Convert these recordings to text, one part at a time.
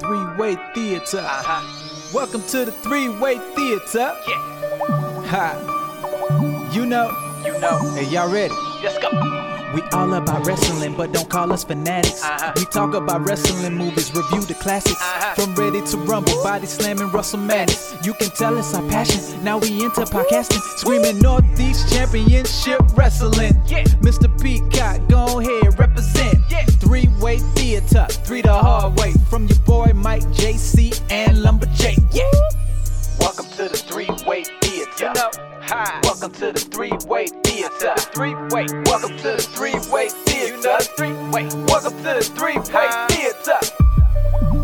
Three Way Theater. Welcome to the Three Way Theater. Ha. You know. You know. Hey, y'all ready? Let's go. We all about wrestling, but don't call us fanatics. Uh-huh. We talk about wrestling movies, review the classics. Uh-huh. From Ready to Rumble, Body Slamming, Russell Madness. You can tell it's our passion. Now we into podcasting, screaming Northeast Championship Wrestling. Yeah. Mr. Peacock, go ahead, represent. Yeah. Three way theater, three the hard way. From your boy Mike, JC, and Lumberjack. Yeah. Welcome to the three way theater. hi. Welcome to the three way theater. Three way. Welcome to the three way theater. You know, three way. Welcome to the three way Huh? theater.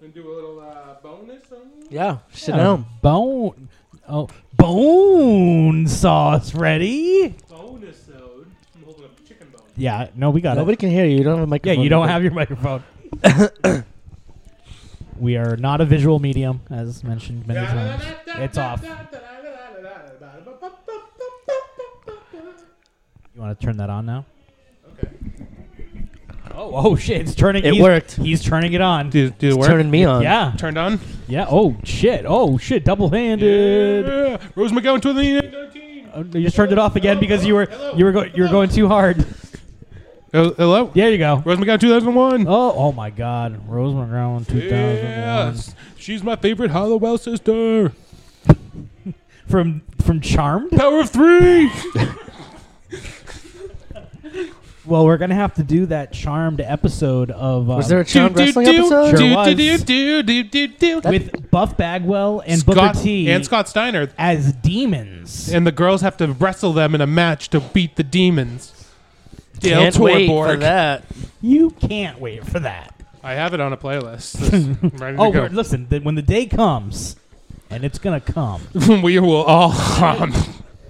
And do a little uh, bonus on you? Yeah, sit Yeah, down. Bone. Oh, bone sauce ready? Bonus ode. I'm holding up a chicken bone. Yeah. No, we got Nobody can hear you. You don't have a it. Yeah, microphone. you don't have your microphone. we are not a visual medium, as mentioned many times. It's off. You want to turn that on now? Okay. Oh, oh shit! It's turning. It he's- worked. He's turning it on. Do, do the It's work? turning me on. Yeah. Turned on? Yeah. Oh shit. Oh shit. Double-handed. Yeah. Rose McGowan to the 19. Oh, you just turned it off again because you were Hello. you were go- you were going too hard. Hel- Hello? There you go. Rose McGowan 2001. Oh, oh my God, Rose McGowan, two thousand one, Yes. She's my favorite Hollowell sister. from from Charmed. Power of three. Well, we're gonna have to do that Charmed episode of uh, Was there a charmed wrestling episode? Sure. Do, was. do, do, do, do, do. with Buff Bagwell and Scott, Booker T and Scott Steiner. as demons. And the girls have to wrestle them in a match to beat the demons. Dale Can't wait for Torborg. that. you can't wait for that. I have it on a playlist. I'm ready to Oh, go. we're- listen, th- when the day comes, and it's gonna come, we will all hum.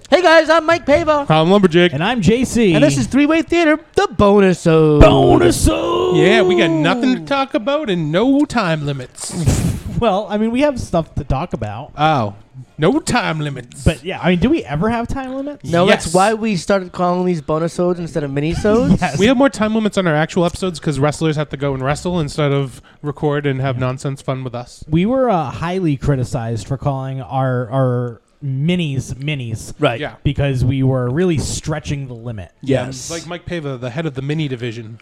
Hey guys, I'm Mike Pava, hum lumberjack. and I'm JC, and this is Three Way Theater, the bonus bonus. Yeah, we got nothing to talk about and no time limits. Well, I mean, we have stuff to talk about. oh, no time limits. But yeah, I mean, do we ever have time limits? No, Yes. that's why we started calling these bonus odes instead of mini sodes. Yes. we have more time limits on our actual episodes because wrestlers have to go and wrestle instead of record and have nonsense fun with us. We were uh, highly criticized for calling our our minis minis Right. Yeah. because we were really stretching the limit. Yes. Like Mike Pava, the head of the mini division.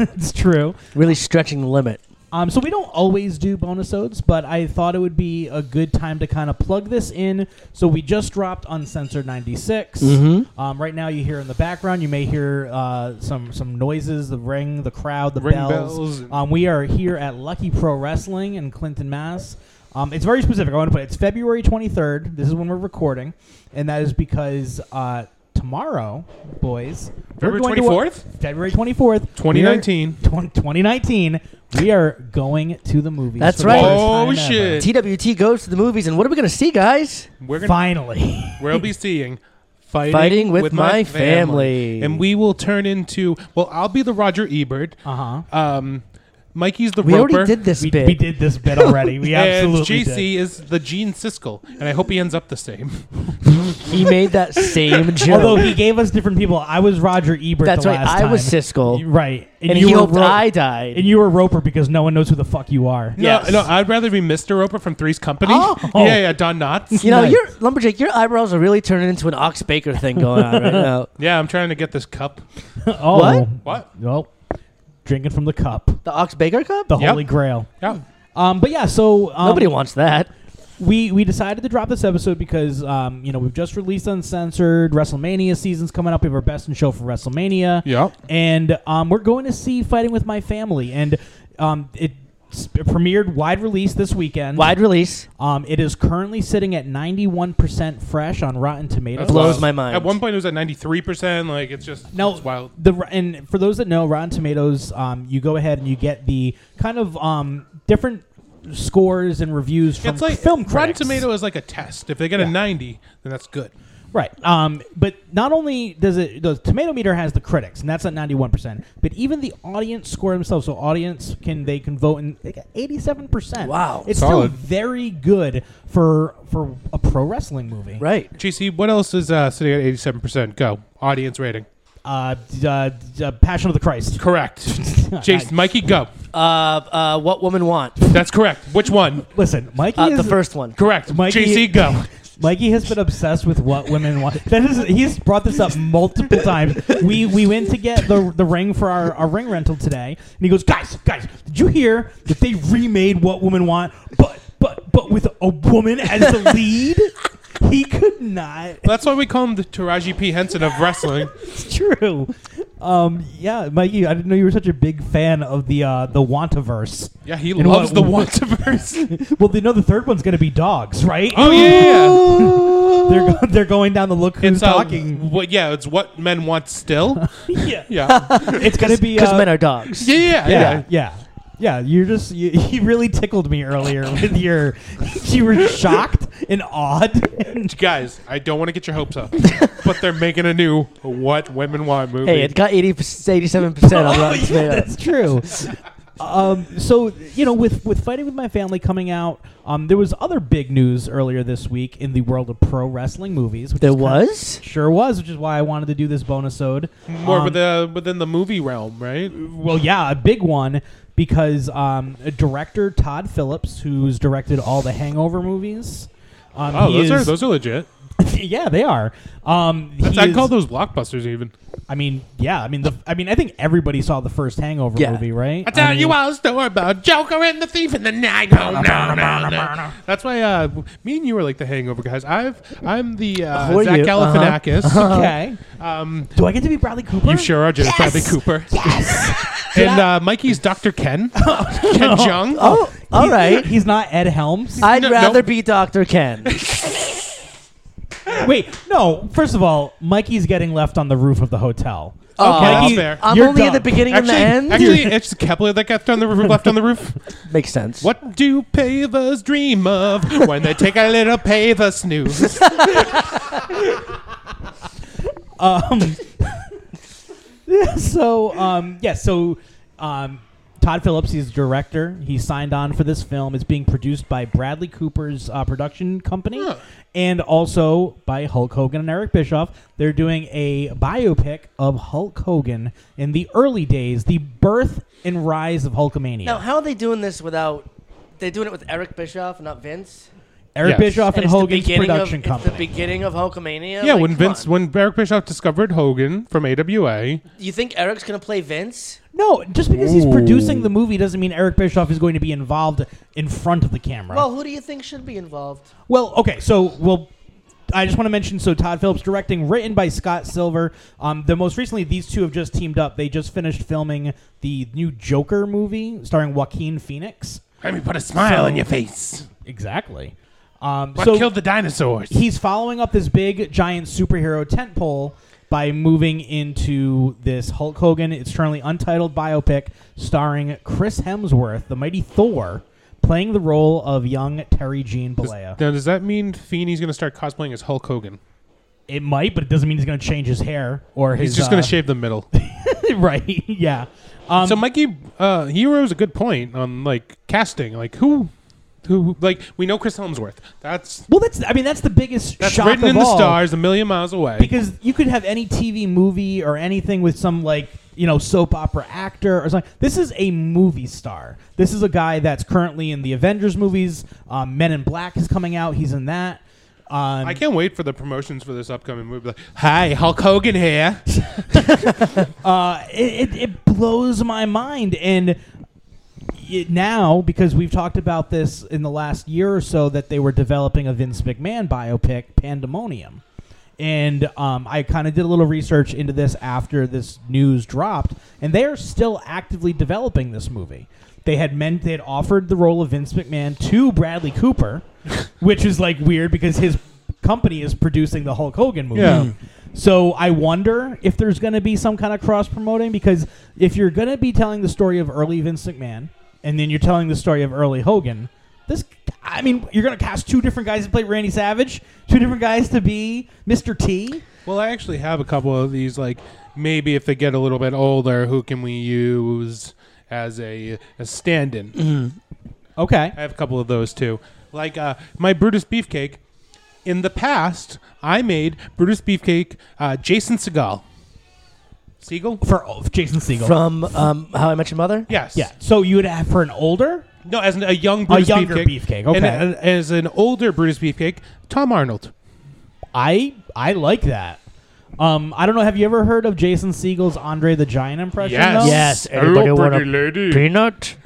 It's true. really stretching the limit. Um, so we don't always do bonus odes, but I thought it would be a good time to kind of plug this in. So we just dropped Uncensored 96. Mm-hmm. Um, right now, you hear in the background, you may hear uh, some some noises, the ring, the crowd, the Ring bells. bells and- Um, we are here at Lucky Pro Wrestling in Clinton, Mass. Um, it's very specific. I want to put it. it's February 23rd. This is when we're recording, and that is because uh, tomorrow, boys, we're February going to a- 24th? February 24th, 2019. we are- tw- 2019, we are going to the movies. That's for the right. first Oh, time shit. TWT goes to the movies, and what are we going to see, guys? We're ever. gonna Finally. we'll be seeing fighting, Fighting with My Family. and we will turn into well, I'll be the Roger Ebert. Uh huh. Um, Mikey's the We Roper. already did this We, bit. we did this bit already. We and absolutely JC did. is the Gene Siskel, and I hope he ends up the same. He made that same joke. Although he gave us different people. I was Roger Ebert. That's the right. last I was time. Siskel, Right. and he hoped Ro- I died. And you were Roper because no one knows who the fuck you are. Yes. No, no, I'd rather be Mr. Roper from Three's Company. Oh. Yeah, yeah, Don Knotts. You know, Nice. your lumberjack, your eyebrows are really turning into an Ox Baker thing going on right now. Yeah, I'm trying to get this cup. oh. What? What? Well, drinking from the cup. The Ox Baker Cup? The Yep. Holy Grail. Yeah. Um, but yeah, so um, Nobody wants that. we we decided to drop this episode because um, you know we've just released uncensored WrestleMania season's coming up. We have our best in show for WrestleMania, Yeah. and um, we're going to see Fighting with My Family, and um, it sp- premiered wide release this weekend. Wide release. Um, it is currently sitting at 91% fresh on Rotten Tomatoes. That's blows wild. my mind. At one point, it was at ninety three percent. Like it's just Now, it's wild. the and for those that know, Rotten Tomatoes, um, you go ahead and you get the kind of um, different scores and reviews from It's like film Rotten critics. Tomato is like a test. If they get a ninety, then that's good. right? Um, but not only does it the Tomato Meter has the critics, and that's at ninety one percent, but even the audience score themselves. So audience can they can vote and they got eighty seven percent. Wow. it's Solid. still very good for for a pro wrestling movie. Right. JC, what else is uh, sitting at eighty seven percent? Go audience rating. Uh, d- uh, d- uh, Passion of the Christ. Correct. Jason, Mikey, go. Uh, uh, what women want? That's correct. Which one? Listen, Mikey Uh, is the first one. Correct. Mikey- JC, go. Mikey has been obsessed with what women want. That is, he's brought this up multiple times. We we went to get the the ring for our, our ring rental today, and he goes, "Guys, guys, did you hear that they remade What Women Want, but but but with a woman as the lead?" He could not. That's why we call him the Taraji P Henson of wrestling. It's true. Um, yeah, Mikey, I didn't know you were such a big fan of the uh, the Wantaverse. Yeah, he And loves what- the Wantaverse. Well, they know the third one's going to be dogs, right? oh yeah. They're go- they're going down the look who's It's uh, talking. What? Yeah, it's what men want still. yeah, Yeah. it's going to be Because uh, men are dogs. Yeah, yeah, yeah, yeah. yeah, yeah. You're just you, you really tickled me earlier with your you were shocked and awed. And Guys, I don't want to get your hopes up, but they're making a new "What Women Want" movie. Hey, it got 80, 87% on Rotten that's Tomatoes. true. Um, so you know, with with fighting with my family coming out, um, there was other big news earlier this week in the world of pro wrestling movies. Which There is kinda- was? sure was, which is why I wanted to do this bonusode. More Um, with the, within the movie realm, right? well, yeah, a big one because um, director Todd Phillips, who's directed all the Hangover movies. Um, Oh, he those are is- those are legit. yeah, they are. Um, he I'd is- call those blockbusters even. I mean, yeah. I mean, the. I mean, I think everybody saw the first Hangover Yeah. movie, right? I tell mean, you all a story about Joker and the thief in the night. Oh, no, no, no. That's why uh, me and you are like the Hangover guys. I've I'm the Who uh, are Zach you? Uh-huh. Galifianakis. Okay. Um, Do I get to be Bradley Cooper? you sure are, Jennifer Bradley Cooper. Yes. and uh, Mikey's Doctor Ken. Ken Jung. Oh, all He's- right. He's not Ed Helms. I'd No, rather no. be Dr. Ken. Wait, no. First of all, Mikey's getting left on the roof of the hotel. Oh, that's Mikey, fair. I'm you're only in the done. beginning Actually, and the end. actually, it's Kepler that got on the roof, left on the roof. Makes sense. What do pavers dream of when they take a little paver snooze? Um, so, um, yeah, so um, Todd Phillips, he's director. He signed on for this film. It's being produced by Bradley Cooper's uh, production company Huh. and also by Hulk Hogan and Eric Bischoff. They're doing a biopic of Hulk Hogan in the early days, the birth and rise of Hulkamania. Now, how are they doing this without? They're doing it with Eric Bischoff, not Vince. Eric Yes. Bischoff and, it's the Hogan's beginning production of, company. It's the beginning of Hulkamania. yeah, Like, when come Vince, on. when Eric Bischoff discovered Hogan from AWA, you think Eric's gonna play Vince? no, just because he's Ooh. producing the movie doesn't mean Eric Bischoff is going to be involved in front of the camera. Well, who do you think should be involved? Well, okay, so well, I just want to mention. So Todd Phillips directing, written by Scott Silver. Um, the most recently, these two have just teamed up. They just finished filming the new Joker movie starring Joaquin Phoenix. let me put a smile So- on your face. Exactly. Um, What so killed the dinosaurs? he's following up this big giant superhero tentpole by moving into this Hulk Hogan. It's currently untitled biopic starring Chris Hemsworth, the mighty Thor, playing the role of young Terry Jean Balea. Now, does that mean Feeney's going to start cosplaying as Hulk Hogan? It might, but it doesn't mean he's going to change his hair or his. He's just uh, going to shave the middle. shave. right? Yeah. Um, so Mikey, uh, he rose a good point on like casting. Like who, who like we know Chris Helmsworth. That's well, that's. I mean, that's the biggest that's shock written of in the all, stars, a million miles away. because you could have any TV movie or anything with some like you know soap opera actor or something. This is a movie star. This is a guy that's currently in the Avengers movies. Um, Men in Black is coming out. He's in that. Um, I can't wait for the promotions for this upcoming movie. Like, hi, Hulk Hogan here. uh, it, it, it blows my mind and it now because we've talked about this in the last year or so that they were developing a vince mcmahon biopic pandemonium and um, i kind of did a little research into this after this news dropped and they are still actively developing this movie They had meant they had offered the role of Vince McMahon to Bradley Cooper, which is like weird because his company is producing the Hulk Hogan movie. Yeah. So I wonder if there's going to be some kind of cross promoting because if you're going to be telling the story of early Vince McMahon and then you're telling the story of early Hogan, this I mean you're going to cast two different guys to play Randy Savage, two different guys to be Mr. T. Well, I actually have a couple of these. Like maybe if they get a little bit older, who can we use as a a stand-in? Okay. I have a couple of those too. Like uh, my Brutus Beefcake. In the past, I made Brutus Beefcake uh, Jason Segal. Segal? For oh, Jason Segel. From um, How I Met Your Mother? Yes. yeah. So you would have for an older? No, as an, a young Brutus younger Beefcake. Beefcake, And, okay. uh, as an older Brutus Beefcake, Tom Arnold. I I like that. Um, I don't know. Have you ever heard of Jason Segel's Andre the Giant impression? Yes. though? Yes. Hello, Everybody want pretty a lady. peanut?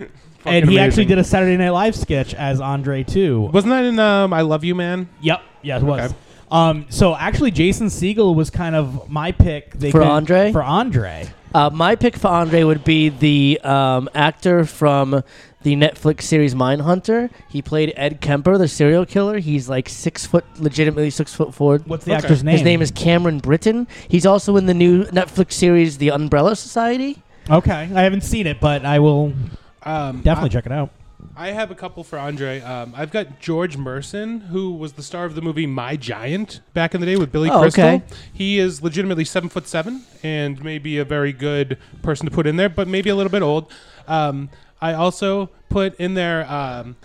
And he actually did a Saturday Night Live sketch as Andre too. Wasn't that in um, I Love You Man? Yep. Yeah, it was. Okay. Um, so actually, Jason Siegel was kind of my pick. They For couldn't- Andre? For Andre. Uh, my pick for Andre would be the um, actor from the Netflix series Mindhunter. He played Ed Kemper, the serial killer. He's like six foot, legitimately six foot four. What's the Okay. actor's name? His name is Cameron Britton. He's also in the new Netflix series The Umbrella Society. Okay, I haven't seen it, but I will Um, definitely check it out. I have a couple for Andre. Um, I've got George Merson, who was the star of the movie My Giant back in the day with Billy Oh, Crystal. okay. He is legitimately seven foot seven and maybe a very good person to put in there, but maybe a little bit old. Um, I also put in there um,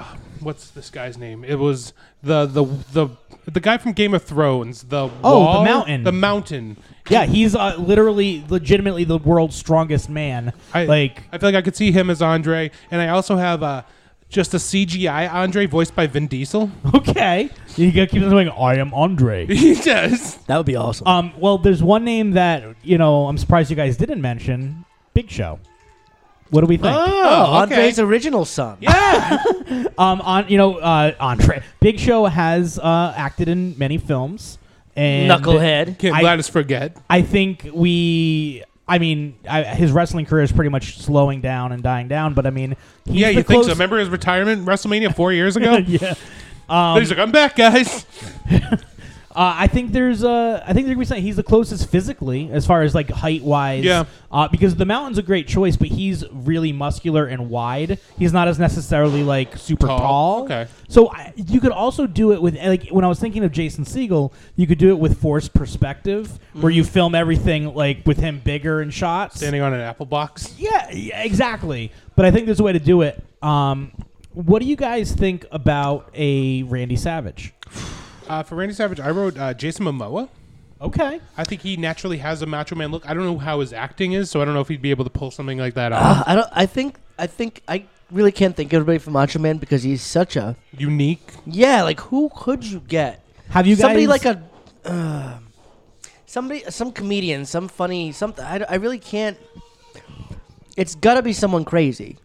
uh, what's this guy's name? It was the the the the guy from Game of Thrones. The Oh, the wall- mountain. The mountain. Yeah, he's uh, literally, legitimately the world's strongest man. I, like, I feel like I could see him as Andre, and I also have uh, just a CGI Andre voiced by Vin Diesel. okay, you gotta keep on going. I am Andre. he does. That would be awesome. Um, well, there's one name that you know I'm surprised you guys didn't mention. Big Show. What do we think? oh, Andre's original son. um, on you know, uh, Andre Big Show has uh, acted in many films. And Knucklehead. Can't I- let us forget. I think we. I mean, I, his wrestling career is pretty much slowing down and dying down. But I mean, he's yeah, the you think so? close- Remember his retirement WrestleMania four years ago? yeah. he's like, I'm back, guys. Uh, I think there's uh, I think they're gonna be saying he's the closest physically as far as like height wise. Yeah. Uh, because the mountain's a great choice, but he's really muscular and wide. He's not as necessarily like super Tall. tall. Okay. So I, you could also do it with like when I was thinking of Jason Siegel, you could do it with forced perspective, where you film everything like with him bigger in shots. Mm. Standing on an apple box. Yeah, yeah, exactly. But I think there's a way to do it. Um, what do you guys think about a Randy Savage? Uh, for Randy Savage, I wrote uh, Jason Momoa. Okay. I think he naturally has a Macho Man look. I don't know how his acting is, so I don't know if he'd be able to pull something like that off. Uh, I don't. I think. I think. I really can't think of anybody for Macho Man because he's such a. Unique. Yeah, like who could you get? Have you guys somebody like a. Uh, somebody, some comedian, some funny, something. I, I really can't. It's gotta be someone crazy.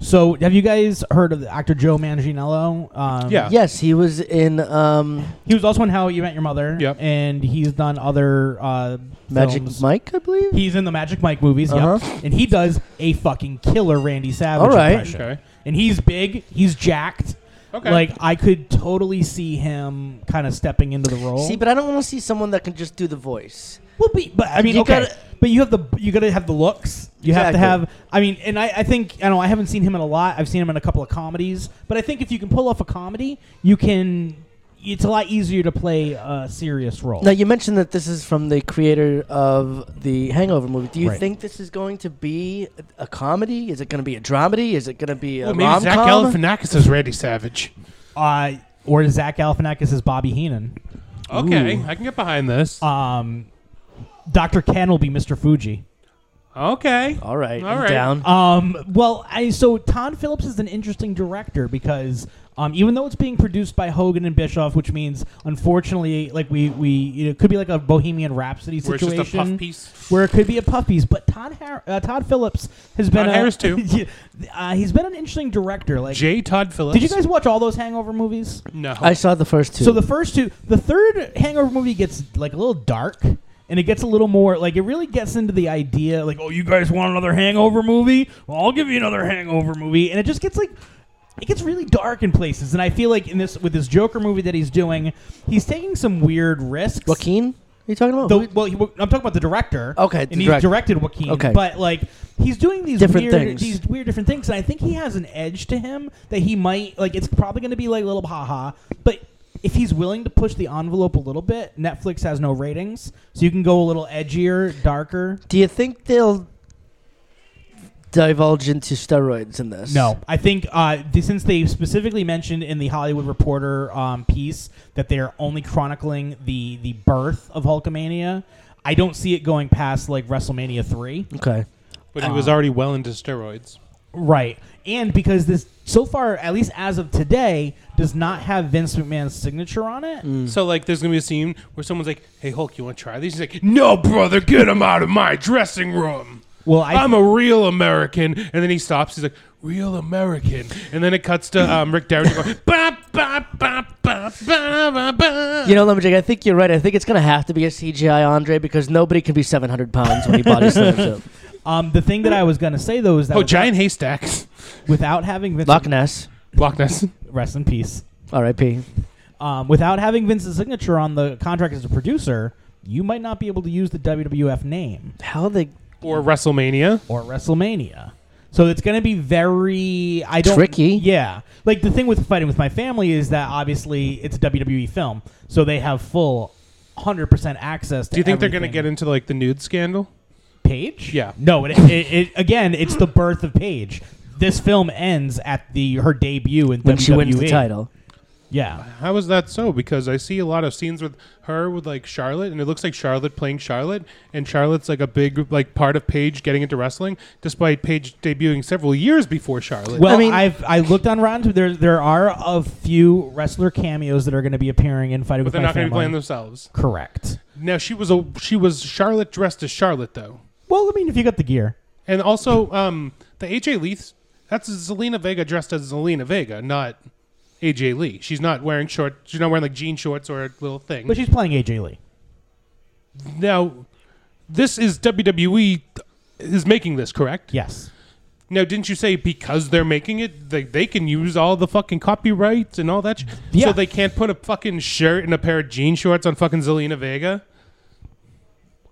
So have you guys heard of the actor Joe Manganiello? Um, Yeah. Yes, he was in um, He was also in How You Met Your Mother. Yep. And he's done other uh, Magic films. Mike, I believe. He's in the Magic Mike movies. Uh-huh. Yep. And he does a fucking killer Randy Savage All right. impression. Okay. And he's big. He's jacked. Okay. Like I could totally see him kind of stepping into the role. See, but I don't want to see someone that can just do the voice. Well, but, but I mean, You okay, gotta- but you have the you gotta have the looks. You have to Exactly. have. I mean, and I, I think I know I haven't seen him in a lot. I've seen him in a couple of comedies, but I think if you can pull off a comedy, you can. It's a lot easier to play a serious role. Now you mentioned that this is from the creator of the Hangover movie. Do you Right. think this is going to be a comedy? Is it going to be a dramedy? Is it going to be a Well, maybe rom Zach com? Galifianakis is Randy Savage. uh, or Zach Galifianakis is Bobby Heenan. Okay, I can get behind this. Um, Doctor Ken will be Mr. Fuji. okay. All right, All I'm right. down. Um, well, I so Todd Phillips is an interesting director because um, even though it's being produced by Hogan and Bischoff, which means unfortunately, like we we it could be like a Bohemian Rhapsody Where it's situation, just a puff piece. where it could be a puff piece. But Todd Har- uh, Todd Phillips has been Todd a, Harris, too. yeah, uh, he's been an interesting director. Like, J. Todd Phillips. did you guys watch all those Hangover movies? No. I saw the first two. So the first two, the third Hangover movie gets like a little dark. And it gets a little more like it really gets into the idea like, oh, you guys want another Hangover movie? Well, I'll give you another Hangover movie. And it just gets like it gets really dark in places. And I feel like in this with this Joker movie that he's doing, he's taking some weird risks. Joaquin? Are you talking about? The, well, he, I'm talking about the director. Okay, and the he's director. directed Joaquin. Okay. but like he's doing these Different weird, things. these weird different things, and I think he has an edge to him that he might like. It's probably going to be like little haha, but if he's willing to push the envelope a little bit, Netflix has no ratings, so you can go a little edgier, darker. Do you think they'll divulge into steroids in this? No, I think uh, th- since they specifically mentioned in the Hollywood Reporter um, piece that they are only chronicling the the birth of Hulkamania, I don't see it going past like WrestleMania three. Okay. But he was already well into steroids. Right. And because this, so far, at least as of today, does not have Vince McMahon's signature on it. So like, there's gonna be a scene where someone's like, "Hey Hulk, you want to try these?" He's like, "No, brother, get him out of my dressing room." Well, I- am a real American, and then he stops. He's like, "Real American," and then it cuts to um, Rick Derringer going, "Ba ba ba ba ba ba ba." You know, Lumberjack, I think you're right. I think it's going to have to be a CGI Andre because nobody can be 700 pounds when he body slams up. Um, the thing that I was going to say, though, is that oh, without, giant haystacks, without having Vince. Loch Ness, Loch Ness. Rest in peace. R.I.P. Um, without having Vince's signature on the contract as a producer, you might not be able to use the WWF name How they or WrestleMania. or WrestleMania. So it's going to be very I don't Tricky. Yeah, like the thing with fighting with my family is that obviously it's a WWE film, so they have full, hundred percent access. to Do you think they're gonna everything. get into like the nude scandal? Page? Yeah. No, it, it, it again, it's the birth of Paige. This film ends at the her debut in when WWE. she wins the title. Yeah. How is that so? Because I see a lot of scenes with her with like Charlotte, and it looks like Charlotte playing Charlotte, and Charlotte's like a big like part of Paige getting into wrestling, despite Paige debuting several years before Charlotte. Well, I I mean- have I looked on Rotten. Tomatoes. There there are a few wrestler cameos that are going to be appearing in Fighting but with they're My not going to be Family. playing themselves. Correct. Now she was a she was Charlotte dressed as Charlotte though, Well, I mean, if you got the gear, and also um the AJ Lee that's Zelina Vega dressed as Zelina Vega, not AJ Lee. She's not wearing short. She's not wearing like jean shorts or a little thing. but she's playing AJ Lee. now this is WWE is making this correct? Yes. Now, didn't you say because they're making it, they, they can use all the fucking copyrights and all that? Sh- Yeah. So they can't put a fucking shirt and a pair of jean shorts on fucking Zelina Vega?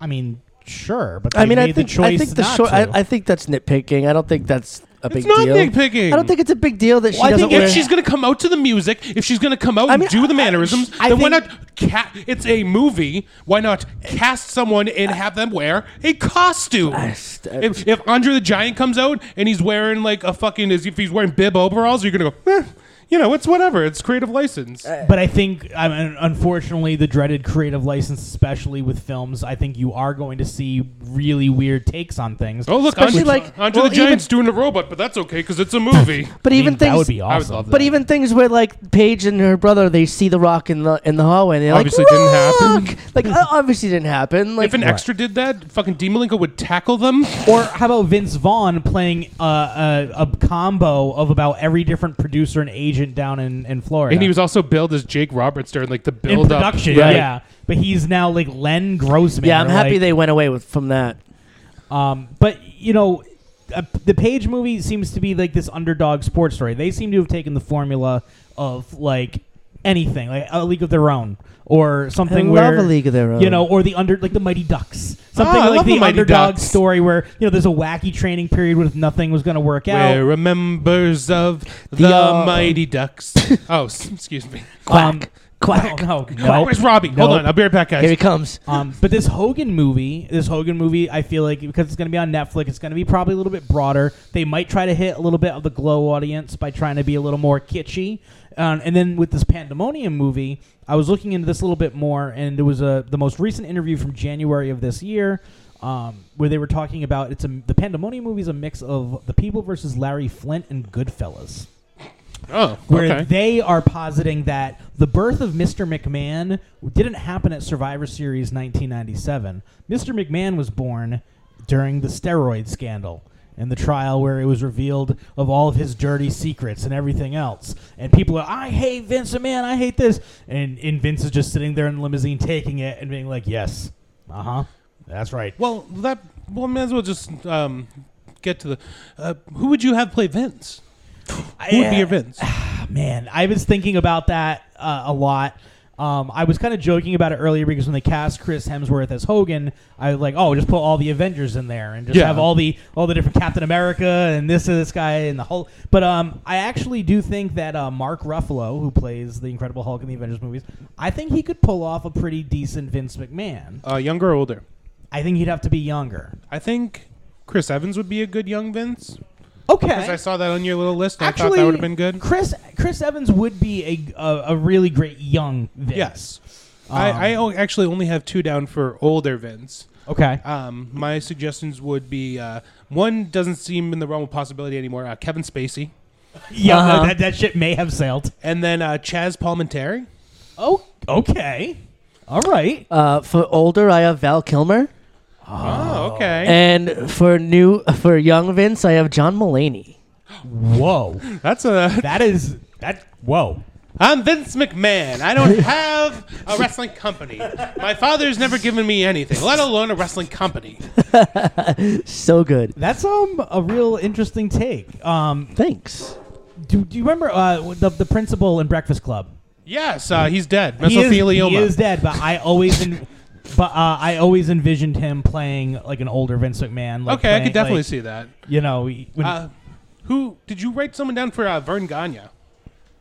I mean, sure, but I they mean, made I think the choice I think the not short. I, to. I think that's nitpicking. I don't think that's a big not deal. nitpicking. I don't think it's a big deal that she Well, I doesn't think If wear. she's going to come out to the music, if she's going to come out I and mean, do the I- mannerisms, I then why think- not ca- It's a movie. Why not cast someone and have them wear a costume? st- If, if Andre the Giant comes out and he's wearing like a fucking, as if he's wearing bib overalls, you're going to go, eh, you know, it's whatever. It's creative license. But I think, I mean, unfortunately, the dreaded creative license, especially with films, I think you are going to see really weird takes on things. Oh look, Especially Andre, like- Andre well, the Giant's doing a robot, but that's okay because it's a movie. but I even mean, things. that would be I would awesome. love that. But even things where like Paige and her brother, they see the Rock in the in the hallway. And they're Obviously like, didn't happen. "Rock!" Like uh, obviously didn't happen. Like if an extra did that, fucking Dean Malenko would tackle them. Or how about Vince Vaughn playing uh, a, a combo of about every different producer and agent down in, in Florida? And he was also billed as Jake Roberts during like the in build up. production, Right. yeah. But he's now like Len Grossman. yeah, I'm or, happy like, they went away with from that. Um, but you know, uh, the Page movie seems to be like this underdog sports story. They seem to have taken the formula of like anything, like a League of Their Own or something. love where, A League of Their Own. you know, or the under like the Mighty Ducks, something Ah, I like love the, the Mighty underdog Ducks. story where you know there's a wacky training period with nothing was going to work out. We're members of the, uh, Mighty Ducks. oh, s- excuse me. Um, Quack, quack. No, no, Where's Robbie? Hold Nope. on, I'll be right back, guys. Here he comes. Um, but this Hogan movie, this Hogan movie, I feel like because it's going to be on Netflix, it's going to be probably a little bit broader. They might try to hit a little bit of the glow audience by trying to be a little more kitschy. Um, and then with this Pandemonium movie, I was looking into this a little bit more, and there was a the most recent interview from January of this year. Um, where they were talking about it's a the Pandemonium movie is a mix of The People versus Larry Flint and Goodfellas oh, where okay. they are positing that the birth of Mr. McMahon didn't happen at Survivor Series 1997. Mr. McMahon was born during the steroid scandal and the trial where it was revealed of all of his dirty secrets and everything else. And people are, I hate Vince McMahon, I hate this. And, and Vince is just sitting there in the limousine taking it and being like, yes. Uh huh. That's right. Well, that well, may as well just um, get to the. Uh, who would you have play Vince? Who would be your Vince? man, I was thinking about that uh, a lot. Um, I was kind of joking about it earlier because when they cast Chris Hemsworth as Hogan, I was like, "Oh, just put all the Avengers in there and just Yeah. have all the all the different Captain America and this and this guy and the Hulk." But um, I actually do think that uh, Mark Ruffalo, who plays the Incredible Hulk in the Avengers movies, I think he could pull off a pretty decent Vince McMahon. Uh, younger or older? I think he'd have to be younger. I think Chris Evans would be a good young Vince. Because Okay, I saw that on your little list, and I actually, thought that would have been good. Chris Chris Evans would be a a, a really great young Vince. Yes. Um, I, I o- actually only have two down for older Vince. Okay. Um, my suggestions would be uh, one doesn't seem in the realm of possibility anymore. Uh, Kevin Spacey, Yeah, no, Uh-huh. that, that shit may have sailed. and then uh, Chaz Palminteri. Oh, okay. All right. Uh, for older, I have Val Kilmer, Oh, okay. and for new, for young Vince, I have John Mulaney. Whoa. That's a. That is that. Whoa. I'm Vince McMahon. I don't have a wrestling company. My father's never given me anything, let alone a wrestling company. So good. That's um a real interesting take. Um, Thanks. do, do you remember uh the the principal in Breakfast Club? Yes, uh, he's dead. He is, Mesothelioma. he is dead, but I always. En- But uh, I always envisioned him playing like an older Vince McMahon. Like okay, I playing- could definitely like, see that. You know, when, Uh, who did you write someone down for? Uh, Vern Gagne.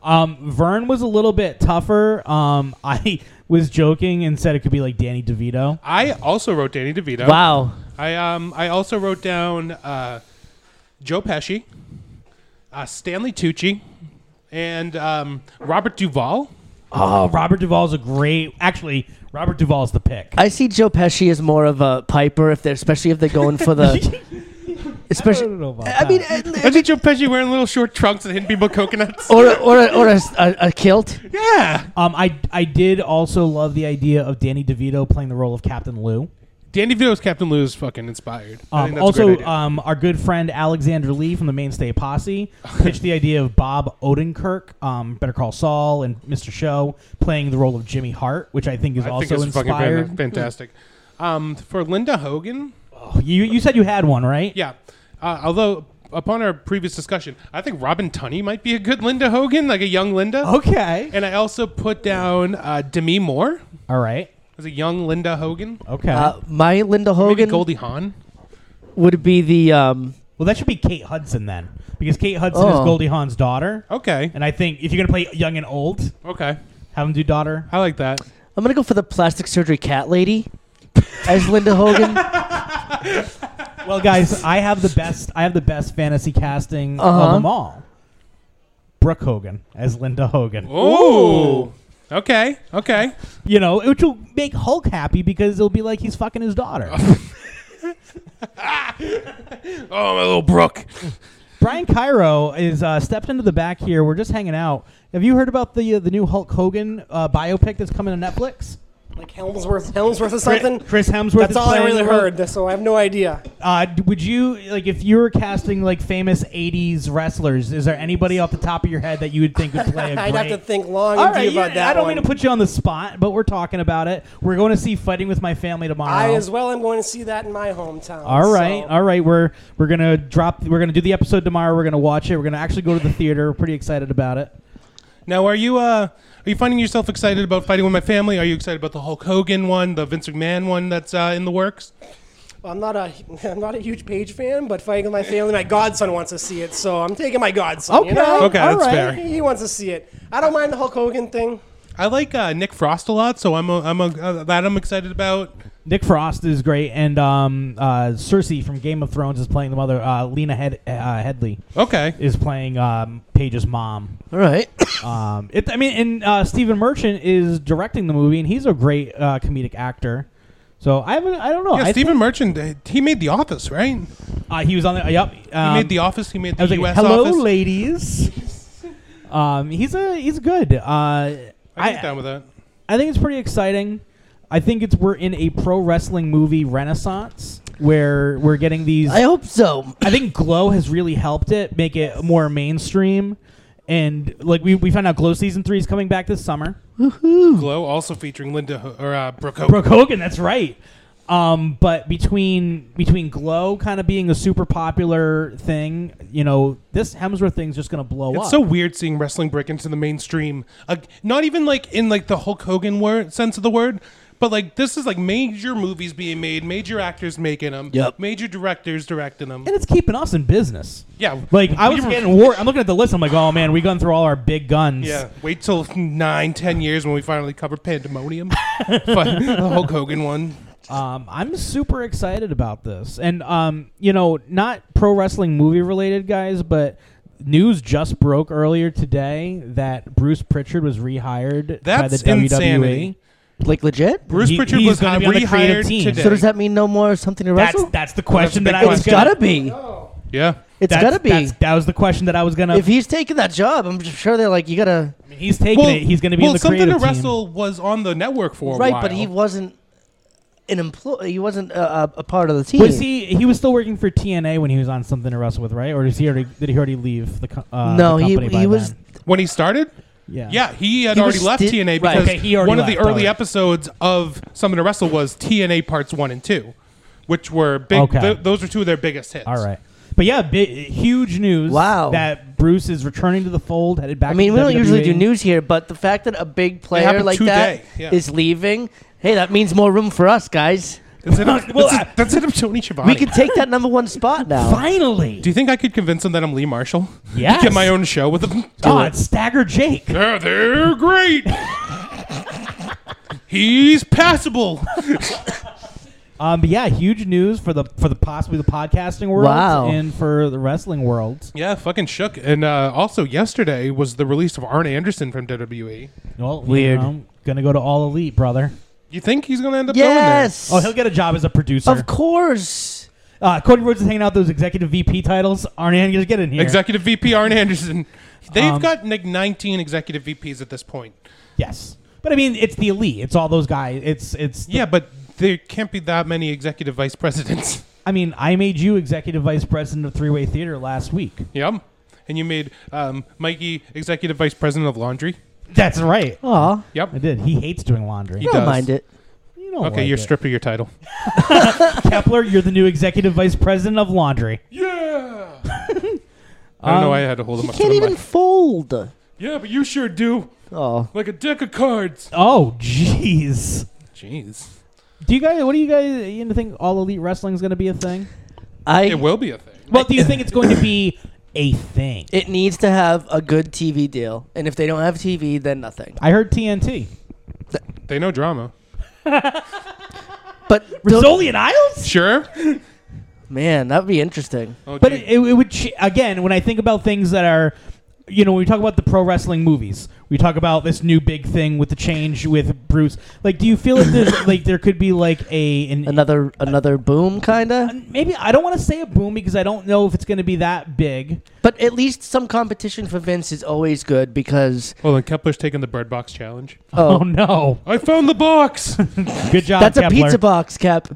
Um, Vern was a little bit tougher. Um, I was joking and said it could be like Danny DeVito. I also wrote Danny DeVito. Wow. I um I also wrote down uh, Joe Pesci, uh, Stanley Tucci, and um, Robert Duvall. Oh, Robert Duvall's a great. Actually, Robert Duvall's the pick. I see Joe Pesci as more of a piper if they're, especially if they're going for the, especially. don't know about I mean, uh, Imagine Joe Pesci wearing little short trunks and hitting people with coconuts. Oh. or a, or a, or a, a, a kilt. Yeah, Um, I I did also love the idea of Danny DeVito playing the role of Captain Lou. Danny DeVito's Captain Lou is fucking inspired. I think Um, that's a great also, idea. um, our good friend Alexander Lee from the Mainstay Posse pitched the idea of Bob Odenkirk, um, Better Call Saul, and Mr. Show playing the role of Jimmy Hart, which I think is I think also it's fucking fan- inspired. fantastic. Um, for Linda Hogan, Oh, You you said you had one right? yeah. Uh, although upon our previous discussion, I think Robin Tunney might be a good Linda Hogan, like a young Linda. Oh. Okay. And I also put down uh, Demi Moore All right. as a young Linda Hogan. Okay. Uh, my Linda Maybe Hogan Goldie Hawn. would be the um, well, that should be Kate Hudson then, because Kate Hudson is Oh. Goldie Hawn's daughter, Okay. and I think if you're gonna play young and old, Okay. have him do daughter. I like that. I'm gonna go for the plastic surgery cat lady as Linda Hogan. Well, guys, I have the best. I have the best fantasy casting of Uh-huh. them all. Brooke Hogan as Linda Hogan. Oh. Okay. Okay. You know, which will make Hulk happy because it'll be like he's fucking his daughter. Oh, my little Brooke. Brian Cairo is uh, stepped into the back here. We're just hanging out. Have you heard about the uh, the new Hulk Hogan uh, biopic that's coming to Netflix? Like Helmsworth, Helmsworth or something. Chris Hemsworth. That's is all I playing really the role. heard. So I have no idea. Uh, d- would you like if you were casting like famous '80s wrestlers? Is there anybody off the top of your head that you would think would play a I'd have great? to think long All and right, deep about you- that. I don't one. mean to put you on the spot, but we're talking about it. We're going to see Fighting with My Family tomorrow. I as well am going to see that in my hometown. all right, so- all right. We're we're gonna drop. We're gonna do the episode tomorrow. We're gonna watch it. We're gonna actually go to the theater. We're pretty excited about it. Now, are you uh, are you finding yourself excited about fighting with my family? Are you excited about the Hulk Hogan one, the Vince McMahon one that's uh, in the works? I'm not a I'm not a huge Page fan, but fighting with my family, my godson wants to see it, so I'm taking my godson. Okay. you know? Okay, All that's right. fair. He wants to see it. I don't mind the Hulk Hogan thing. I like uh, Nick Frost a lot, so I'm a, I'm a, uh, that I'm excited about. Nick Frost is great, and um, uh, Cersei from Game of Thrones is playing the mother. Uh, Lena Head- uh, Headley Okay. is playing um, Paige's mom. All right. Um, it, I mean, and uh, Stephen Merchant is directing the movie, and he's a great uh, comedic actor. So I haven't, I don't know. Yeah, I Stephen Merchant, uh, he made The Office, right? He think- uh, he was on the. yep. um, made The Office. He made I the was like, U.S. hello, Office. ladies. um, he's a he's good. Uh, I, I'm down with that. I think it's pretty exciting. I think it's we're in a pro wrestling movie renaissance where we're getting these. I hope so. I think Glow has really helped it make it more mainstream. And like we, we found out Glow season three is coming back this summer. Glow also featuring Linda Ho- or uh, Brooke Hogan. Brooke Hogan, that's right. Um, but between between Glow kind of being a super popular thing, you know, this Hemsworth thing's just gonna blow It's up. so weird seeing wrestling break into the mainstream. Uh, not even like in like the Hulk Hogan word sense of the word, but like this is like major movies being made, major actors making them, Yep. major directors directing them. and it's keeping us in business. Yeah, Like I was we were- getting war. I'm looking at the list. I'm like, oh man, we gone through all our big guns. Yeah, wait till nine, ten years when we finally cover Pandemonium, Fun- the Hulk Hogan one. Um, I'm super excited about this, and um, you know, not pro wrestling movie related guys, but news just broke earlier today that Bruce Pritchard was rehired by the E. That's insanity. Like legit? Bruce He- Pritchard he's was gonna uh, be on the creative rehired team. today. So does that mean no more something to WWE. That's wrestle? that's the question That's that a I big was it's gotta be. yeah, It's That's- gotta be. that's- That was the question that I was gonna. If he's taking that job, I'm sure they're like, you gotta. I mean, he's taking it, he's gonna be well, in the something creative to wrestle was on the network for a Right, while. but he wasn't an employee. He wasn't a, a, a part of the team. team. Was he? He was still working for TNA when he was on something to wrestle with, right? Or is he already? Did he already leave the? co- Uh, No, the he company by he was. then? when he started. Yeah. Yeah, he had He already was left sti- TNA right. because Okay, he already one of the left, early alright. episodes of Something to Wrestle was TNA parts one and two, which were big. Okay. th- those were two of their biggest hits. All right. But yeah, big, huge news. Wow. That Bruce is returning to the fold, headed back. I mean, to E. we don't usually WWE. E do news here, but the fact that a big player happened like that today, is yeah. leaving, hey, that means more room for us, guys. That's it. That's, Well, it- that's it. of Tony Schiavone. We could take that number one spot now. Finally. Do you think I could convince him that I'm Lee Marshall? Yes. Get my own show with him. God, stagger Jake. Yeah, they're great. He's passable. Um, but yeah, huge news for the for the possibly the podcasting world Wow. and for the wrestling world. Yeah, fucking shook. And uh, also, yesterday was the release of Arn Anderson from E. WWE. Well, Weird. You know, gonna go to All Elite, brother. You think he's gonna end up Yes. Oh, he'll get a job as a producer. of course. Uh, Cody Rhodes is hanging out those executive VP titles. Arn Anderson, get in going there? here. Executive VP Arn Anderson. They've Um, got like 19 executive VPs at this point. Yes. But I mean, it's the elite. It's all those guys. It's it's. the- Yeah, but there can't be that many executive vice presidents. I mean, I made you executive vice president of Three Way Theater last week. yep. And you made um, Mikey executive vice president of laundry. That's right. Aw, I Yep. did. He hates doing laundry. He don't does. mind it. You don't Okay, like you're it. stripped of your title. Kepler, you're the new executive vice president of laundry. Yeah. Um, I don't know why I had to hold him He up. to can't the even mic. fold. Yeah, but you sure do. Oh, Like a deck of cards. Oh, jeez. Jeez. Do you guys? What do you guys? You think all elite wrestling is going to be a thing? I. It will be a thing. Well, do you think it's going to be a thing? It needs to have a good TV deal, and if they don't have TV, then nothing. I heard TNT. They know drama. But Rizzoli and Isles. Sure. man, that'd be interesting. Oh, But gee. it, it, would ch- again when I think about things that are, you know, when we talk about the pro wrestling movies, we talk about this new big thing with the change with Bruce. Like, do you feel like there's like there could be like a an Another another boom, kinda. maybe I don't want to say a boom because I don't know if it's going to be that big. But at least some competition for Vince is always good because Well, then Kepler's taking the bird box challenge. oh, Oh, no! I found the box. Good job. that's a Kepler. pizza box cap.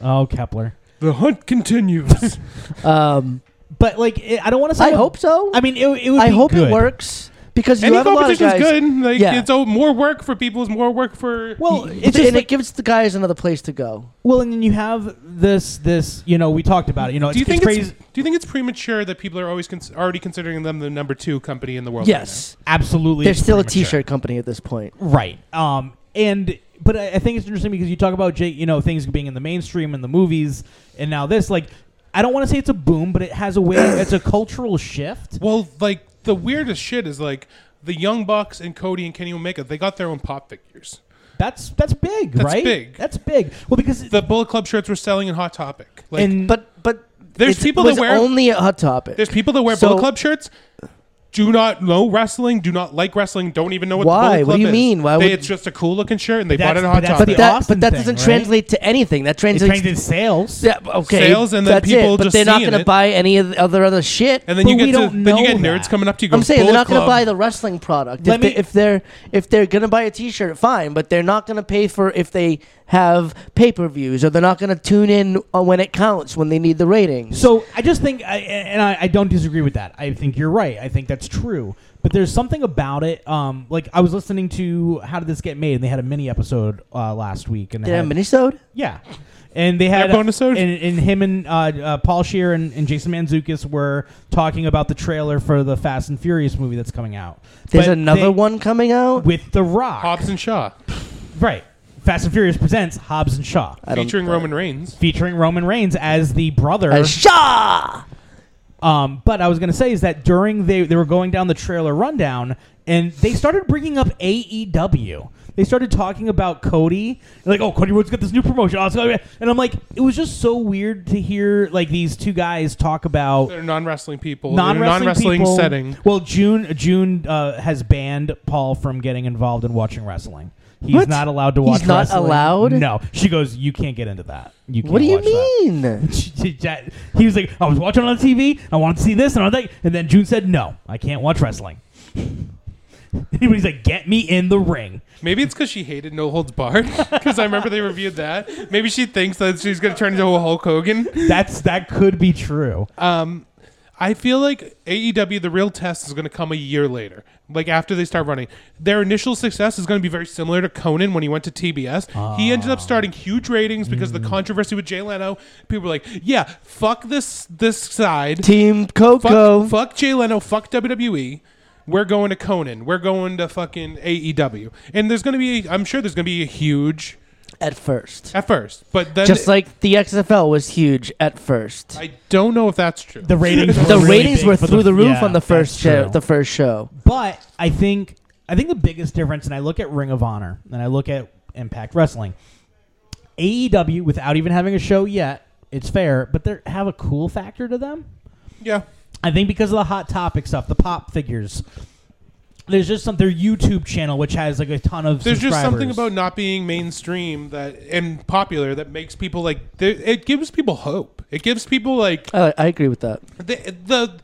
Oh, Kepler. the hunt continues. Um, But like, it, I don't want to say. I hope so. I mean, it, it would. I be hope good. it works because you Any have a lot of competition's guys. good. Like Yeah. it's oh, more work for people is more work for Well, Y- it's and just it like, gives the guys another place to go. well, and then you have this. This you know we talked about it. You know, do you it's, think it's it's, crazy. do you think it's premature that people are always cons- already considering them the number two company in the world? right Yes, absolutely they're still a premature. T-shirt company at this point. right. Um, and but I, I think it's interesting because you talk about Jake. You know, things being in the mainstream and the movies, and now this like. I don't want to say it's a boom, but it has a way. It's a cultural shift. now? Well, like the weirdest shit is like the Young Bucks and Cody and Kenny Omega. They got their own pop figures. That's that's big, That's right? big. That's big. Well, because The Bullet Club shirts were selling in Hot Topic. Like and But but There's it's- people that was wear- only a hot topic. There's people that wear So- Bullet Club shirts. Do not know wrestling. Do not like wrestling. Don't even know what Why? The Bullet Club What do you is. mean? Why they, would- it's just a cool looking shirt, and they bought That's- it on Hot but that's Topic. the but that Austin but that thing, doesn't right? translate to anything. That it translates. translates to sales. yeah, okay. Sales and then that's people it, but just they're not seeing going to it. buy any of the other other shit. and then you but we get to, don't then you get know nerds that. coming up to you. Go, I'm saying they're Bullet not going to Club. buy the wrestling product. If, Let they, me- if they're if they're going to buy a T-shirt, fine. But they're not going to pay for if they have pay-per-views, or they're not going to tune in uh, when it counts when they need the ratings. So I just think, I, and I, I don't disagree with that. I think you're right. I think that's true. But there's something about it. Um, like I was listening to How Did This Get Made, and they had a mini episode uh, last week, and they Did I have had- a minisode? yeah. And they had Their bonus and, episode? and him and uh, uh, Paul Shear and, and Jason Manzukis were talking about the trailer for the Fast and Furious movie that's coming out. There's But another they- one coming out. with The Rock, Hobbs and Shaw, right? Fast and Furious presents Hobbs and Shaw, I don't- featuring Roman Reigns. featuring Roman Reigns as the brother. Uh, Shaw. Um, but I was gonna say is that during they they were going down the trailer rundown and they started bringing up AEW. They started talking about Cody, like, "Oh, Cody Rhodes got this new promotion," Oh, it's gonna be- and I'm like, it was just so weird to hear like these two guys talk about They're non wrestling people. non Non wrestling wrestling setting. Well, June June uh, has banned Paul from getting involved in watching wrestling. He's What? not allowed to He's watch. not wrestling. allowed? No, she goes. You can't get into that. You can't What do you watch that." mean? he was like, I was watching on TV. I wanted to see this, and I was like, and then June said, "No, I can't watch wrestling." He's like, "Get me in the ring." Maybe it's because she hated No Holds Barred. Because I remember they reviewed that. Maybe she thinks that she's going to turn into a Hulk Hogan. That's that could be true. Um, I feel like AEW, the real test is going to come a year later, like after they start running. Their initial success is going to be very similar to Conan when he went to TBS. He ended up starting huge ratings because Hmm. of the controversy with Jay Leno. People were like, "Yeah, fuck this this side, Team fuck, Coco. fuck Jay Leno, fuck WWE." We're going to Conan. We're going to fucking AEW. And there's going to be, I'm sure there's going to be a huge At first, at first, but then just like the XFL was huge at first. I don't know if that's true. The ratings. Were the really ratings big were for through the, roof yeah, on the first that's show. true. The first show. But I think I think the biggest difference, and I look at Ring of Honor and I look at Impact Wrestling, AEW without even having a show yet, it's fair, but they have a cool factor to them. yeah. I think because of the hot topic stuff, the pop figures. There's just some their YouTube channel which has like a ton of. There's just something about subscribers. not being mainstream that and popular that makes people like th- it gives people hope. It gives people like I, I agree with that. the the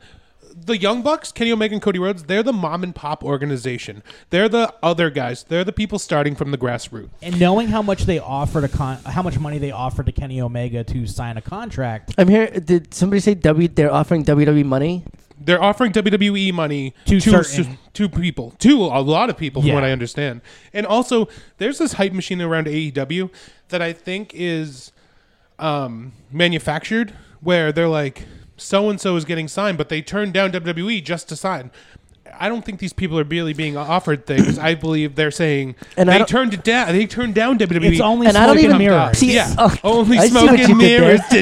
the Young Bucks, Kenny Omega and Cody Rhodes, they're the mom and pop organization. They're the other guys. They're the people starting from the grassroots. and knowing how much they offered a con, how much money they offered to Kenny Omega to sign a contract I'm here. Did somebody say W? They're offering WWE money. They're offering WWE money To to certain- to people, to a lot of people, Yeah. from what I understand. And also, there's this hype machine around AEW that I think is um, manufactured, where they're like, so and so is getting signed, but they turn down WWE just to sign. I don't think these people are really being offered things. I believe they're saying And I they don't- turned it down. They turned down E. WWE. It's only And I don't smoke even and mirrors. see. Yeah. oh, Only I see what smoke and you did mirrors there. See,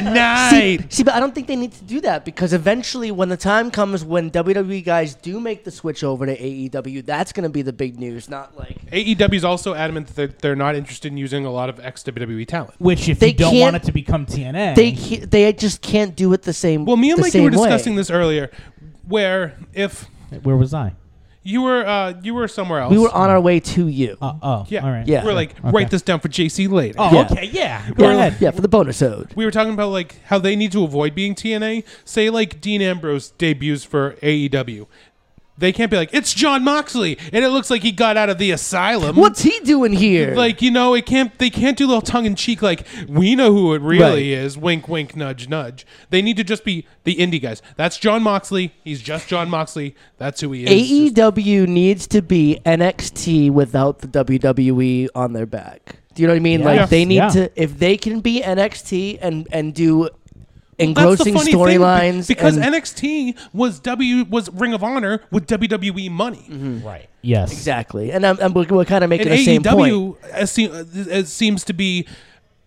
denied. see, but I don't think they need to do that because eventually, when the time comes when WWE guys do make the switch over to AEW, that's going to be the big news. Not like AEW E is also adamant that they're not interested in using a lot of ex WWE talent. which if They you don't can't- want it to become TNA, they ca- they just can't do it the same. Well, me and the Mikey were same way. discussing this earlier, where if where was I? you were uh, you were somewhere else, We were on our way to you. Uh, oh, yeah, all right, Yeah. we're like write this down for JC later. Oh, Yeah. okay, yeah. Go yeah, ahead. yeah, for the bonus ode. We were talking about like how they need to avoid being TNA. Say like Dean Ambrose debuts for AEW, they can't be like it's John Moxley and it looks like he got out of the asylum. What's he doing here? Like you know, it can't. They can't do little tongue in cheek. Like we know who it really Right. is. Wink, wink, nudge, nudge. They need to just be the indie guys. That's John Moxley. He's just John Moxley. That's who he is. Just- E AEW needs to be NXT without the WWE on their back. Do you know what I mean? Yeah. Like they need Yeah. to if they can be NXT and and do That's the engrossing funny thing, be- storylines because and- NXT was W was Ring of Honor with WWE money. Right. Yes. exactly. And I'm, I'm we're, we're kind of making And Mm-hmm. E the same point. AEW as se- uh, as seems to be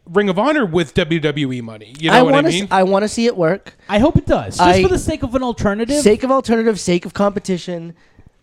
Ring of Honor with WWE money. You know I what I want mean? to I want to see it work. I hope it does, just I- for the sake of an alternative. Sake of alternative, sake of competition.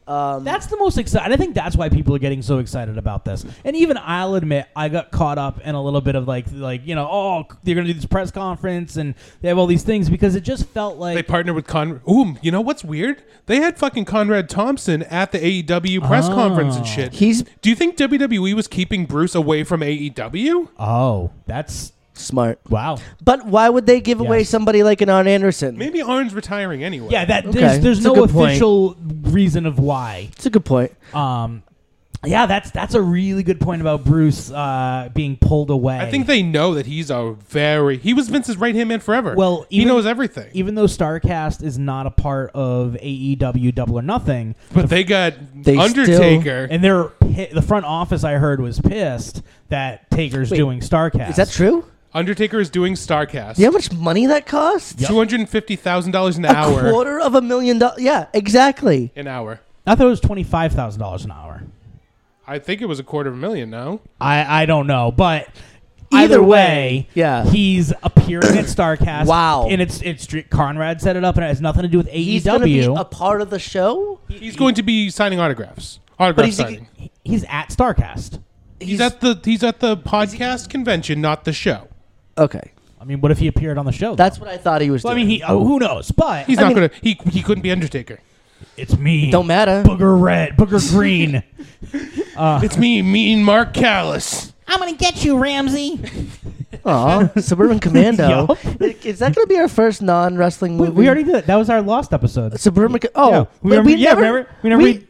Um, That's the most exciting. I think that's why people are getting so excited about this. And even I'll admit, I got caught up in a little bit of like, like you know, oh, they're gonna do this press conference and they have all these things because it just felt they like partnered with Conrad. Ooh, you know what's weird? They had fucking Conrad Thompson at the AEW press conference and shit. Ah, He's- Do you think WWE was keeping Bruce away from E AEW? oh, that's smart. wow. But why would they give away Yes. somebody like an Arn Anderson? Maybe Arn's retiring anyway. Yeah, that Okay, there's there's it's a no good point. official reason of why. It's a good point. Um, Yeah, that's that's a really good point about Bruce uh, being pulled away. I think they know that he's a very he was Vince's right hand man forever. Well, he even- knows everything. even though Starcast is not a part of AEW Double or Nothing, but they got They Undertaker. and they're pi- the front office I heard was pissed that Taker's Wait, doing Starcast. Is that true? Undertaker is doing Starcast. Do you know how much money that costs? Two hundred and fifty thousand dollars an A hour. quarter of a million dollars. Yeah, exactly. An hour. I thought it was twenty five thousand dollars an hour. I think it was a quarter of a million. No, I I don't know, but. Either Either, way, way, yeah. he's appearing at Starcast. Wow. and it's it's Conrad set it up, and it has nothing to do with AEW. He's going to E be a part of the show. he's going to be signing autographs. Autograph he's- signing. He- he's at Starcast. He's, at the he's at the podcast convention, not the show. Okay, I mean, what if he appeared on the show? that's what I thought he was. Well, I doing. mean, he oh, who knows? But He's I mean- not gonna. He he couldn't be Undertaker. it's me. don't matter. Booger red, booger green. it's me, mean Mark Callis. I'm gonna get you, Ramsey. Aw, Suburban Commando. Yup. Is- Is that going to be our first non-wrestling We, movie? we already did that. That was our lost episode. Suburban. Co- oh, yeah, we wait, remember, yeah, remember? We never. we-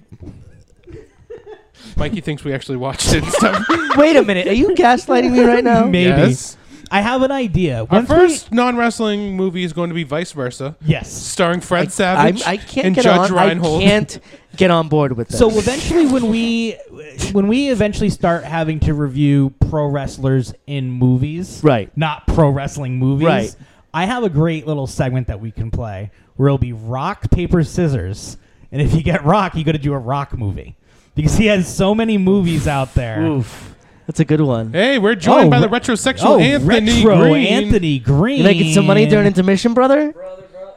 Mikey thinks we actually watched it. And stuff. wait a minute. Are you gaslighting me right now? Maybe. Yes. I have an idea. Our Once we- first non-wrestling movie is going to be Vice Versa, yes. starring Fred I'm, Savage I can't and get Judge on. Reinhold. I can't get on board with this. So eventually, when we when we eventually start having to review pro wrestlers in movies, Right. Not pro wrestling movies, Right. I have a great little segment that we can play where it'll be rock, paper, scissors, and if you get rock, you got to do a rock movie because he has so many movies out there. Oof, that's a good one. Hey, we're joined Oh, by the re- retrosexual Oh, Anthony retro Green. Anthony Green. You making some money during intermission, brother?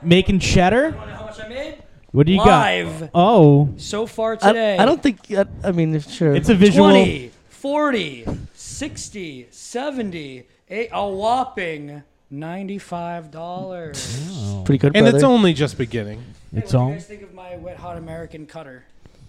making cheddar. How much I made? What do you Live got? Oh, so far today. I, I don't think. I, I mean, if- sure. it's a visual. 20, 40, 60, 70, eight, a whopping $95. pretty good. And brother. it's only just beginning. It's what do you all. guys think of my wet hot American cutter?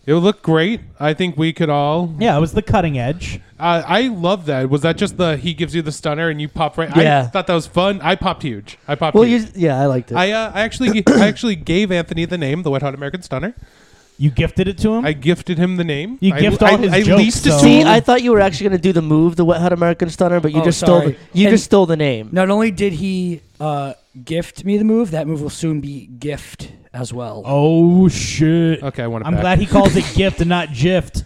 It would look great. I think we could all. Yeah, it was the cutting edge. Uh, I love that. Was that just the he gives you the stunner and you pop right? Yeah. I thought that was fun. I popped huge. I popped. Well, huge. you, yeah, I liked it. I, uh, I actually I actually gave Anthony the name, the Wet Hot American Stunner. You gifted it to him. I gifted him the name. You I, gift I, all his I jokes, leased it to so- See, him. I thought you were actually going to do the move, the Wet Hot American Stunner, but you Oh, just stole sorry. the you And- just stole the name. Not only did he uh, gift me the move, that move will soon be gift as well. oh shit! Okay, I want it I'm back. glad he calls it gift and not gift.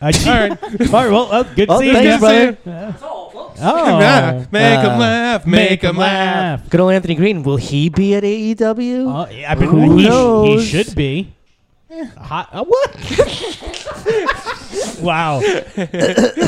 I, All right, all right, well, uh, good Oh, seeing thanks, you. brother. That's all, folks. Oh, Nah, make him Uh, laugh, make him laugh. Good old Anthony Green. Will he be at E AEW? Oh, yeah, I mean, Who he, he knows? Eh. should be. Hot, uh, what? wow.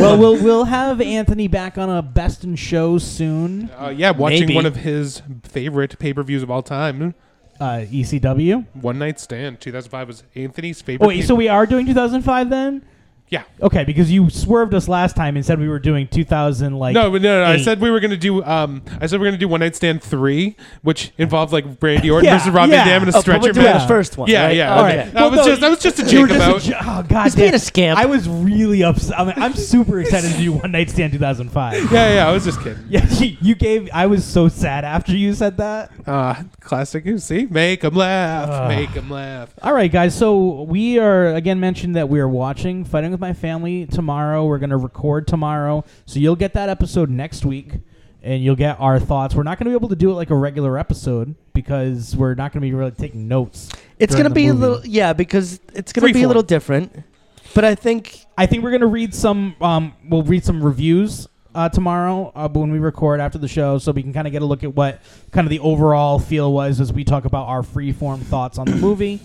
well, we'll we'll have Anthony back on a best in show soon. Uh, yeah, watching Maybe. one of his favorite pay per views of all time, Uh, ECW. One Night Stand, 2005 was Anthony's favorite. Oh, wait, pay- so we are doing 2005 then? yeah. Okay, because you swerved us last time and said we were doing 2000 like No, but no, no, I eight. said we were gonna do. Um, I said we are gonna do One Night Stand three, which involved like Brandy Orton Yeah, versus Rob yeah. Van Dam in a Oh, but stretcher we're doing man. the match. first one. Yeah, right? yeah. All Okay. right. That was just- that was just a you were joke about- just a jo- oh, God He's being damn. a scamp. I was really upset. I'm, I'm super excited to do One Night Stand 2005. Yeah, yeah. I was just kidding. Yeah, you, you gave. I was so sad after you said that. Uh, classic. You see, make them laugh, make them laugh. All right, guys. So we are again mentioned that we are watching Fighting with My Family tomorrow. We're going to record tomorrow, so you'll get that episode next week, and you'll get our thoughts. We're not going to be able to do it like a regular episode because we're not going to be really taking notes. It's during gonna the be movie. a little yeah because it's gonna be Freeform. a little different. But I think I think we're gonna read some. Um, we'll read some reviews uh, tomorrow uh, when we record after the show, so we can kind of get a look at what kind of the overall feel was as we talk about our freeform thoughts on the movie.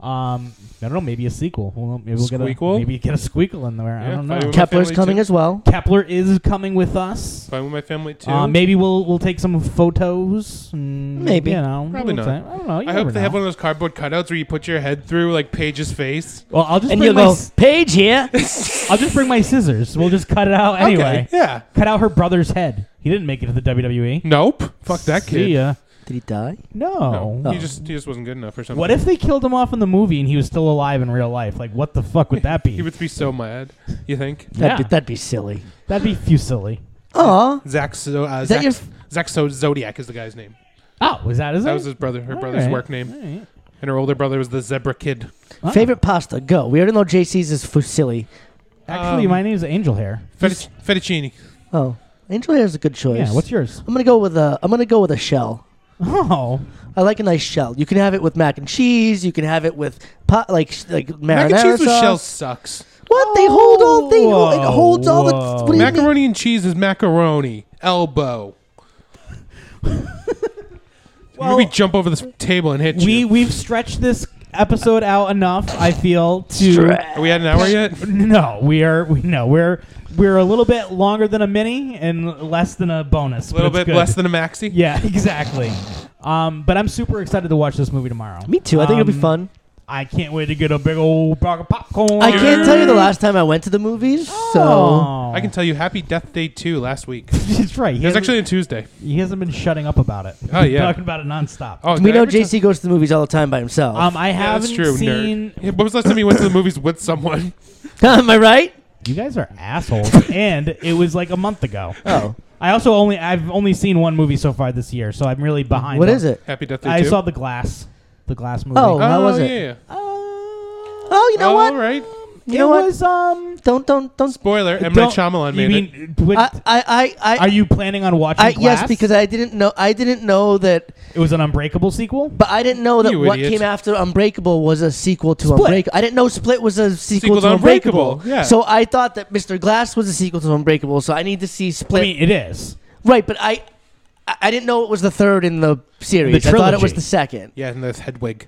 Um, I don't know, maybe a sequel. We'll, maybe we'll get a Squeakquel? maybe get a squeakle in there. I Yeah, don't fight know. with my Kepler's family, coming too. as well. Kepler is coming with us. Fine with my family too. Uh, maybe we'll we'll take some photos. And, Maybe. you know, Probably we'll not. take- I don't know. You I hope never they have know. one of those cardboard cutouts where you put your head through like Paige's face. Well, I'll just And bring you'll my go, s- Paige here. I'll just bring my scissors. We'll just cut it out anyway. Okay, yeah. Cut out her brother's head. He didn't make it to the E. WWE. Nope. Fuck that kid. See ya. Oh, Did he die? No. No, he just he just wasn't good enough or something. What if they killed him off in the movie and he was still alive in real life? Like, what the fuck would that he be? would be so mad? You think? That'd, Yeah. be, that'd be silly. That'd be fusilly. Aw, Zach so uh, that Zach, your Zach so Zodiac is the guy's name. Oh, was that his That name? was his brother. Her brother's Alright. work name. Alright. and her older brother was the zebra kid. Huh? Favorite pasta? Go. We already know JC's is fusilli. Actually, Um, my name is Angel Hair. Fettuc- fettuccine. Oh, angel hair is a good choice. Yeah, what's yours? I'm gonna go with a. I'm gonna go with a shell. Oh, I like a nice shell. You can have it with mac and cheese. You can have it with pot, like sh- like marinara Mac and cheese with sauce. shell sucks. What they hold all they hold, it Whoa, holds all the. whoa. What do you mean? Macaroni and cheese is macaroni. Elbow. Maybe jump over this table and hit we you. we've stretched this episode out enough. I feel to Are we at an hour yet? no, we are we no we're we're a little bit longer than a mini and less than a bonus. A little bit less than a maxi. yeah, exactly. Um, but I'm super excited to watch this movie tomorrow. Me too. I think it'll be Um, fun. I can't wait to get a big old bag of popcorn. I can't tell you the last time I went to the movies. So Oh. I can tell you, Happy Death Day 2 last week. It That's right. He was hasn't, actually a Tuesday. he hasn't been shutting up about it. Oh, He's yeah. talking about it nonstop. Oh, we did I know ever tell- JC goes to the movies all the time by himself. Um, I Yeah, haven't that's true, seen. nerd. Yeah, What was the last time you went to the movies with someone? Am I right? You guys are assholes. and it was like a month ago. Oh, I also only I've only seen one movie so far this year, so I'm really behind. what on- is it? Happy Death Day I 2? saw the Glass, the Glass movie. Uh, Oh, oh, how was yeah. it? Oh, you know what? All right. You know it what? was um. Don't don't don't. Spoiler, M. Night don't- Shyamalan you made it. mean, what- I I I. are you planning on watching? I, Glass? yes, because I didn't know. I didn't know that, it was an Unbreakable sequel. but I didn't know that You what idiot. came after Unbreakable was a sequel to Split. Unbreakable. I didn't know Split was a sequel, Sequel to to Unbreakable. Unbreakable, yeah. So I thought that Mr. Glass was a sequel to Unbreakable. So I need to see I Split. mean, it is. right, but I, I I didn't know it was the third in the series. The I thought it was trilogy. the second. Yeah, and there's Hedwig.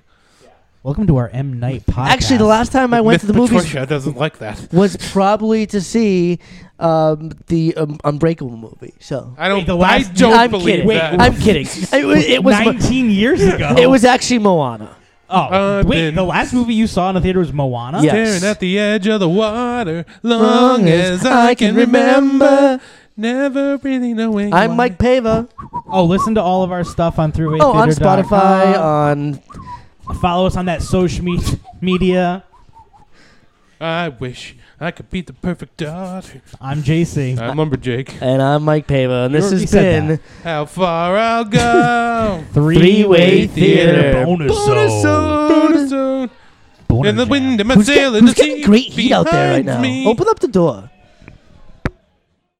Welcome to our M Night podcast. Actually, the last time I went to the Miss movies Patricia doesn't like that. was probably to see um, the um, Unbreakable movie. So I don't. Wait, the last- I don't I'm believe kidding. that. I'm kidding. It was. It was, nineteen years ago. it was actually Moana. Oh Uh, wait, then- the last movie you saw in the theater was Moana. Yeah. Staring Yes. at the edge of the water, long as I can remember. remember. Never really knowing. I'm why. Mike Pava. Oh, listen to all of our stuff on Throughway. Oh, on Spotify, uh, Ah. on Follow us on that social me- media. I wish I could be the perfect daughter. I'm JC. I'm Lumberjake. and I'm Mike Pava, and this already has said been How far I'll go. Three-way theater. bonus. Bonus zone. zone. Bonus In the jam. wind, in my who's, sail, get, in the who's getting sea great heat out there right behind now. Oh, me. Open up the door.